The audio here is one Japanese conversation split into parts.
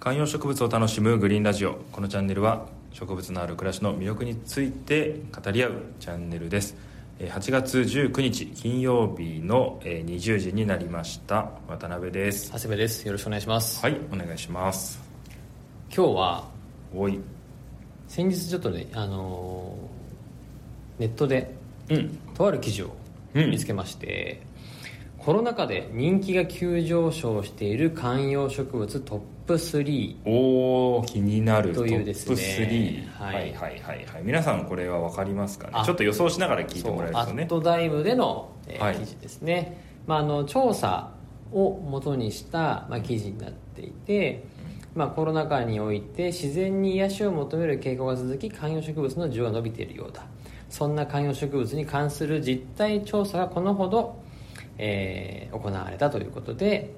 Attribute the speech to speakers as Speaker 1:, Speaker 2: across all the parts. Speaker 1: 観葉植物を楽しむグリーンラジオこのチャンネルは植物のある暮らしの魅力について語り合うチャンネルですえー8月19日金曜日のえー20時になりました渡辺です
Speaker 2: 長谷部ですよろしくお願いします、
Speaker 1: はいお願いします
Speaker 2: 今日は
Speaker 1: おい
Speaker 2: 先日ちょっとね、あのーネットで
Speaker 1: うん
Speaker 2: とある記事を
Speaker 1: うん
Speaker 2: 見つけまして、コロナ禍で人気が急上昇している観葉植物トップ3
Speaker 1: おー気になる
Speaker 2: というですね
Speaker 1: トップ3、
Speaker 2: はい
Speaker 1: はいはいはいはい皆さんこれは分かりますかね
Speaker 2: あ
Speaker 1: ちょっと予想しながら聞いて
Speaker 2: そう
Speaker 1: もらえる
Speaker 2: ア
Speaker 1: と
Speaker 2: ッ
Speaker 1: ね
Speaker 2: トダイムでの、えー
Speaker 1: はい
Speaker 2: 記事ですね、まあ、あの調査を元にした、まあ、記事になっていて、まあ、コロナ禍において自然に癒しを求める傾向が続き観葉植物の需要は伸びているようだそんな観葉植物に関する実態調査がこのほど、えー行われたということで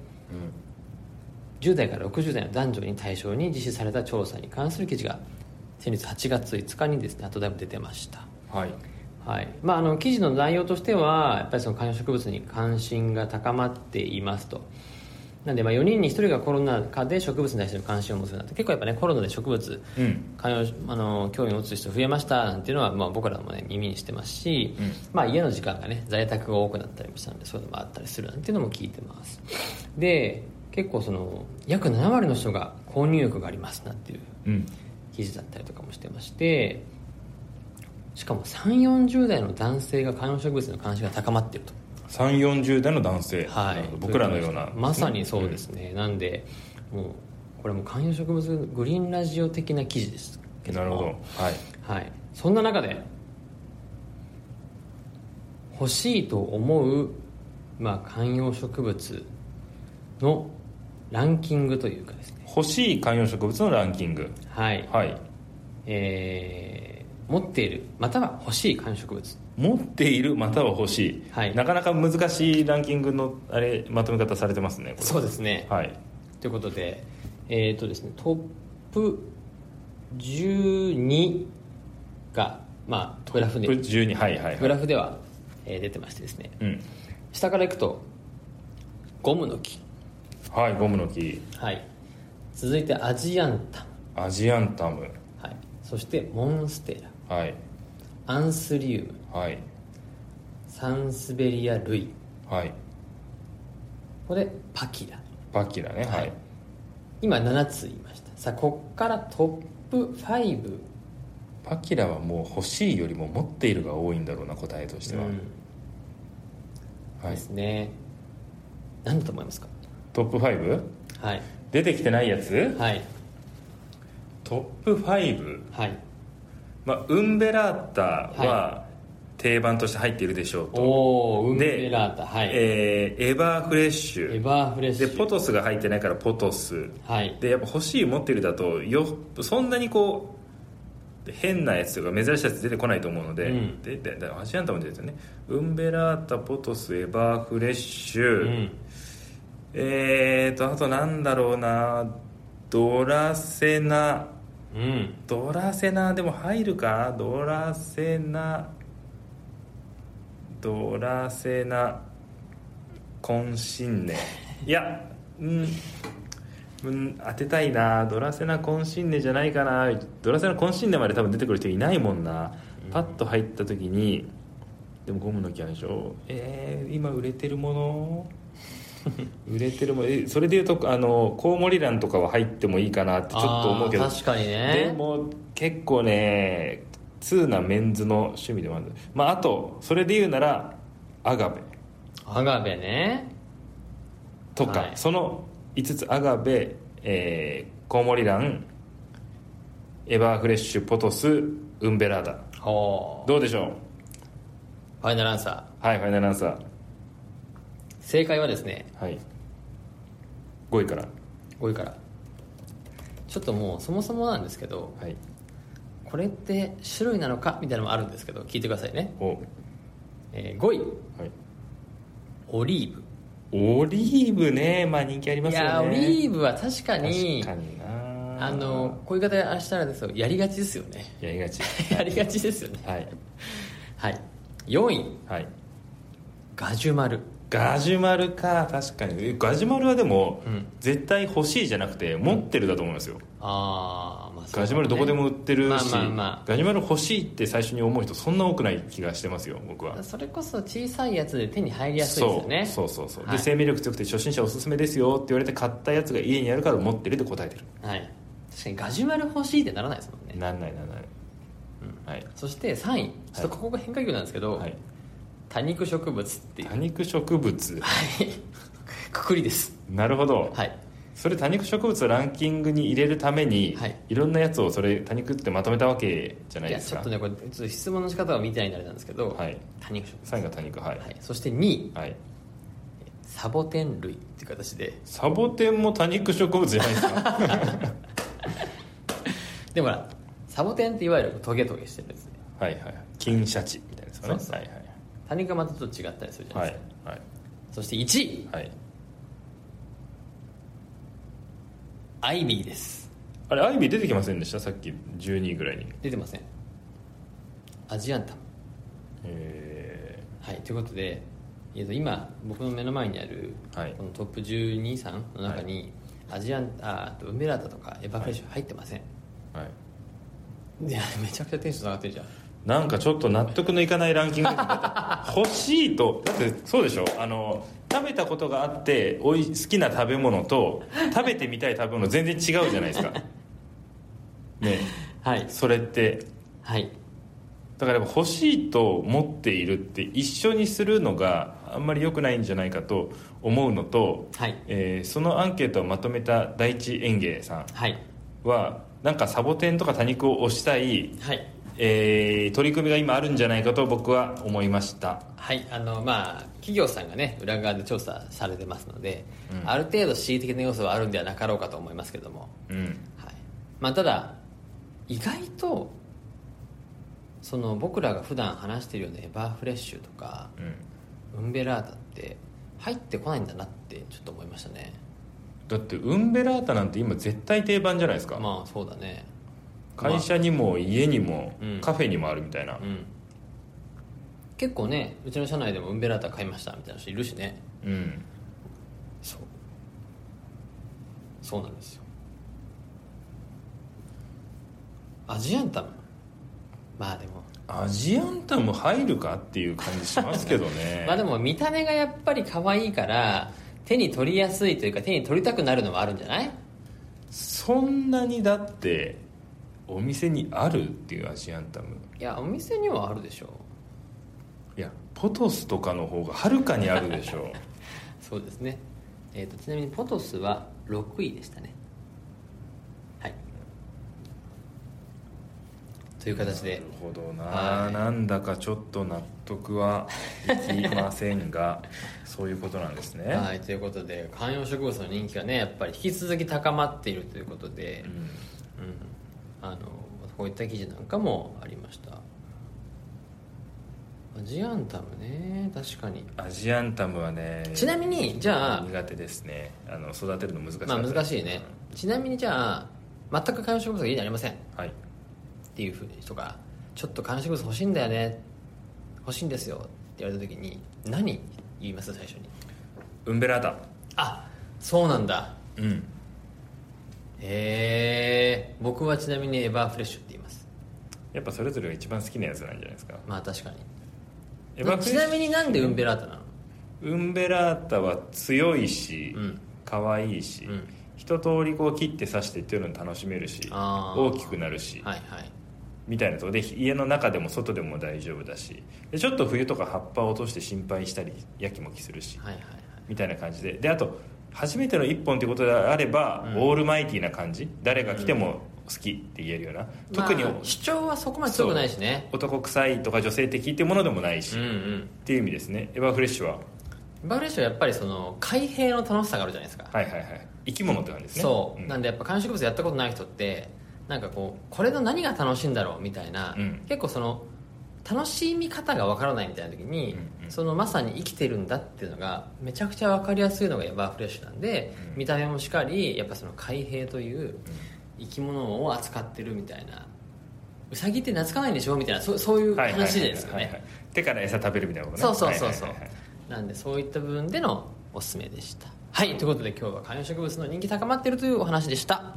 Speaker 2: 10代から60代の男女に対象に実施された調査に関する記事が先日8月5日にですねアットダイムで出てました
Speaker 1: うんはい
Speaker 2: はいまあ、あの記事の内容としてはやっぱりその観葉植物に関心が高まっていますとなんでまあ4人に1人がコロナ禍で植物に対しての関心を持つようになって結構やっぱねコロナで植物
Speaker 1: うん
Speaker 2: 観葉あの興味を持つ人増えましたなんていうのは、まあ、僕らもね耳にしてますし、
Speaker 1: うん
Speaker 2: まあ、家の時間がね在宅が多くなったりもしたのでそういうのもあったりするなんていうのも聞いてますで結構その約7割の人が購入欲がありますなんていう
Speaker 1: うん
Speaker 2: 記事だったりとかもしてましてしかも3 4 0代の男性が観葉植物の関心が高まっていると、
Speaker 1: 3 4 0代の男性、
Speaker 2: は
Speaker 1: ないるほど、僕らのような
Speaker 2: まさにそうですね、なんでもうこれもう観葉植物グリーンラジオ的な記事ですけど
Speaker 1: な
Speaker 2: も
Speaker 1: るほどはい
Speaker 2: はい、そんな中で欲しいと思う、まあ、観葉植物のランキングというかですね
Speaker 1: 欲しい観葉植物のランキング
Speaker 2: はい、
Speaker 1: はい
Speaker 2: えー持っているまたは欲しい観葉植物
Speaker 1: 持っているまたは欲しい、
Speaker 2: はい
Speaker 1: なかなか難しいランキングのあれまとめ方されてますねこれ
Speaker 2: そうですね
Speaker 1: はい
Speaker 2: ということでえっ、とですねトップ12が、まあ、グラフで
Speaker 1: これ12はいはいは
Speaker 2: グ
Speaker 1: い
Speaker 2: ラフでは、えー出てましてですね
Speaker 1: うん
Speaker 2: 下からいくとゴムの木
Speaker 1: はいゴムの木
Speaker 2: はい続いてアジアンタ
Speaker 1: アジアンタム
Speaker 2: ン、はい、そしてモンステ
Speaker 1: はい
Speaker 2: ラアンスリウム
Speaker 1: はい
Speaker 2: サンスベリア類
Speaker 1: はい
Speaker 2: これパキラ
Speaker 1: バキラねはい、
Speaker 2: 今7つ言いましたさあこっからトップ5
Speaker 1: パキラはもう欲しいよりも持っているが多いんだろうな答えとしては、
Speaker 2: うん
Speaker 1: はい、
Speaker 2: ですね、何だと思いますか
Speaker 1: トップ 5?
Speaker 2: はい
Speaker 1: 出てきてないやつ
Speaker 2: はい
Speaker 1: トップ 5?
Speaker 2: はい
Speaker 1: まあ、ウンベラータは
Speaker 2: は
Speaker 1: 定番として入っているでしょうと、
Speaker 2: おおウン
Speaker 1: で
Speaker 2: ベラータはい、
Speaker 1: えーエバーフレッシ
Speaker 2: エ
Speaker 1: ュ
Speaker 2: バーフレッシ
Speaker 1: で
Speaker 2: ュ
Speaker 1: ポトスが入ってないからポトス
Speaker 2: はい
Speaker 1: でやっぱ欲しい持ってるだとよそんなにこう変なやつとか珍しいやつ出てこないと思うので,、
Speaker 2: うん
Speaker 1: でででアジアンタも出てるよねウンベラータポトスエバーフレッシュ、
Speaker 2: うん
Speaker 1: えーとあとなんだろうなドラセナ
Speaker 2: うん
Speaker 1: ドラセナでも入るかドラセナドラセナ渾身ねいやうん、うん、当てたいなドラセナ渾身ねじゃないかなドラセナ渾身ねまで多分出てくる人いないもんなパッと入った時にでもゴムの木あるでしょえー、今売れてるもの売れてるものえそれでいうとあのコウモリランとかは入ってもいいかなってちょっと思うけど
Speaker 2: あー確かにね
Speaker 1: でも結構ね通なメンズの趣味でもあるまああとそれで言うならアガベ
Speaker 2: アガベね
Speaker 1: とか、
Speaker 2: はい
Speaker 1: その5つアガベ、えーコウモリランエバーフレッシュポトスウンベラーダ
Speaker 2: ほう
Speaker 1: どうでしょう
Speaker 2: ファイナルアンサ
Speaker 1: はいファイナルアンサー
Speaker 2: ー正解はですね
Speaker 1: はい5位から
Speaker 2: 5位からちょっともうそもそもなんですけど
Speaker 1: はい
Speaker 2: これって種類なのかみたいなのもあるんですけど聞いてくださいね、
Speaker 1: お、は
Speaker 2: え5位
Speaker 1: い、
Speaker 2: オリーブ
Speaker 1: オリーブねまあ人気ありま
Speaker 2: い
Speaker 1: すよね
Speaker 2: やーオリーブは
Speaker 1: 確かにな
Speaker 2: あのこういう言い方したらですよやりがちですよね
Speaker 1: やりがち
Speaker 2: やりがちですよね
Speaker 1: はい
Speaker 2: はい4位
Speaker 1: はい
Speaker 2: ガジュマル
Speaker 1: ガジュマルか確かにえガジュマルはでも、
Speaker 2: うん
Speaker 1: 絶対欲しいじゃなくて持ってるだと思いますよ、
Speaker 2: あーまあそうだね
Speaker 1: ガジュマルどこでも売ってるし、
Speaker 2: まあまあま
Speaker 1: ガジュマル欲しいって最初に思う人そんな多くない気がしてますよ僕は
Speaker 2: あそれこそ小さいやつで手に入りやすいですよね
Speaker 1: そうそうそうそう、
Speaker 2: はい
Speaker 1: で生命力強くて初心者おすすめですよって言われて買ったやつが家にあるから持ってるって答えてる
Speaker 2: はい確かにガジュマル欲しいってならないですもんね
Speaker 1: なんないなんない、はい、
Speaker 2: そして3位ちょっとここが変化球なんですけど、
Speaker 1: はい、
Speaker 2: 多肉植物っていう
Speaker 1: 多肉植物
Speaker 2: はいくくりです
Speaker 1: なるほど、
Speaker 2: はい
Speaker 1: それ多肉植物をランキングに入れるために、
Speaker 2: はい
Speaker 1: い、ろんなやつをそれ多肉ってまとめたわけじゃない
Speaker 2: いや
Speaker 1: です
Speaker 2: ちょ
Speaker 1: か
Speaker 2: っとねこれちょっと質問の仕方は見てないんであれなんですけど、
Speaker 1: はい
Speaker 2: 多肉植物
Speaker 1: 3位が多肉はい、
Speaker 2: はい、そして2位
Speaker 1: はい、
Speaker 2: サボテン類っていう形で
Speaker 1: サボテンも多肉植物じゃないですか
Speaker 2: でもほらサボテンっていわゆるトゲトゲしてるやつで
Speaker 1: はいはい金シャチみたいなですかね
Speaker 2: そうそう
Speaker 1: はい
Speaker 2: 多肉はまたちょっと違ったりするじゃな
Speaker 1: はいい
Speaker 2: ですか、
Speaker 1: はい
Speaker 2: そして1位
Speaker 1: はい
Speaker 2: アイビーです
Speaker 1: あれアイビー出てきませんでしたさっき12位ぐらいに
Speaker 2: 出てませんアジアンタム
Speaker 1: え
Speaker 2: はいということで、えー、と今僕の目の前にある、
Speaker 1: はい
Speaker 2: このトップ12さんの中に、アジアンああとウメラタとかエヴァフレッシュ入ってません、
Speaker 1: ーはい
Speaker 2: い、やめちゃくちゃテンション上がってるじゃん
Speaker 1: なんかちょっと納得のいかないランキングですね欲しいとだってそうでしょあの食べたことがあっておい好きな食べ物と食べてみたい食べ物全然違うじゃないですかね
Speaker 2: はい
Speaker 1: それって
Speaker 2: はい
Speaker 1: だからやっぱ欲しいと持っているって一緒にするのがあんまり良くないんじゃないかと思うのと、
Speaker 2: はい
Speaker 1: えーそのアンケートをまとめた第一園芸さ
Speaker 2: はい
Speaker 1: んはなんかサボテンとか多肉を推したい
Speaker 2: はい
Speaker 1: えー取り組みが今あるんじゃないかと僕は思いました
Speaker 2: はいあのまあ企業さんがね裏側で調査されてますので、ある程度恣意的な要素はあるんではなかろうかと思いますけども
Speaker 1: うん
Speaker 2: はいまあ、ただ意外とその僕らが普段話しているようなエバーフレッシュとか
Speaker 1: うん
Speaker 2: ウンベラータって入ってこないんだなってちょっと思いましたね
Speaker 1: だってウンベラータなんて今絶対定番じゃないですか、
Speaker 2: まあそうだね
Speaker 1: 会社にも家にも
Speaker 2: うん
Speaker 1: カフェにもあるみたいな
Speaker 2: うん結構ねうちの社内でもウンベラータ買いましたみたいな人いるしね
Speaker 1: うん
Speaker 2: そうそうなんですよアジアンタムまあでも
Speaker 1: アジアンタム入るかっていう感じしますけどね
Speaker 2: まあでも見た目がやっぱり可愛いから手に取りやすいというか手に取りたくなるのはあるんじゃない
Speaker 1: そんなにだってお店にあるっていうアジアンタム
Speaker 2: いやお店にはあるでしょう
Speaker 1: いやポトスとかの方がはるかにあるでしょう
Speaker 2: そうですね、えー、とちなみにポトスは6位でしたねはいという形
Speaker 1: な
Speaker 2: で
Speaker 1: るほどな、
Speaker 2: はい
Speaker 1: なんだかちょっと納得はいきません がそういうことなんですね、
Speaker 2: はいということで観葉植物の人気がねやっぱり引き続き高まっているということで
Speaker 1: う、ん
Speaker 2: うん、あのこういった記事なんかもありましたアジアンタムね確かに
Speaker 1: アジアンタムはね
Speaker 2: ちなみにじゃあ
Speaker 1: 苦手ですねあの育てるの難しい
Speaker 2: まあ難しいねちなみにじゃあ全く観葉植物が家にありませんっ
Speaker 1: はい
Speaker 2: ていうふうにとかちょっと観葉植物欲しいんだよね欲しいんですよって言われた時に何言います最初に
Speaker 1: ウンベラータ
Speaker 2: あそうなんだ
Speaker 1: うん
Speaker 2: へえ僕はちなみにエバーフレッシュって言います
Speaker 1: やっぱそれぞれが一番好きなやつなんじゃないですか
Speaker 2: まあ確かに
Speaker 1: エバ
Speaker 2: ちなみになんでウンベラータなの
Speaker 1: ウンベラータは強いし
Speaker 2: うん
Speaker 1: 可愛いし、
Speaker 2: うん
Speaker 1: 一通りこう切って刺してっていうのも楽しめるし
Speaker 2: あー
Speaker 1: 大きくなるし、
Speaker 2: はいはい
Speaker 1: みたいなとこで家の中でも外でも大丈夫だしでちょっと冬とか葉っぱを落として心配したりやきもきするし
Speaker 2: はいはいはい
Speaker 1: みたいな感じでであと初めての1本ということであれば、
Speaker 2: うん
Speaker 1: オールマイティーな感じ誰が来ても好きって言えるような、特に
Speaker 2: まあ主張はそこまで強くないしね
Speaker 1: 男臭いとか女性的っていうものでもないし、
Speaker 2: うんう
Speaker 1: っ
Speaker 2: ん
Speaker 1: ていう意味ですねエヴァフレッシュは
Speaker 2: エバーフレッシュはやっぱりその開閉の楽しさがあるじゃないですか
Speaker 1: はいはいはい生き物って感じですね
Speaker 2: そう、
Speaker 1: ん
Speaker 2: なんでやっぱ観葉植物やったことない人ってなんかこうこれの何が楽しいんだろうみたいな、
Speaker 1: うん
Speaker 2: 結構その楽しみ方がわからないみたいな時に、
Speaker 1: うんうん
Speaker 2: そのまさに生きてるんだっていうのがめちゃくちゃわかりやすいのがエバーフレッシュなんで、
Speaker 1: うん
Speaker 2: 見た目もしかりやっぱその開閉という生き物を扱ってるみたいなウサギって懐かないんでしょみたいなそうそういう
Speaker 1: はいはいはいはい
Speaker 2: 話ですよね
Speaker 1: 手から餌食べるみたいなことね
Speaker 2: そうそうそうそう、
Speaker 1: はいはいはい
Speaker 2: なんでそういった部分でのおすすめでしたはいということで今日は観葉植物の人気高まっているというお話でした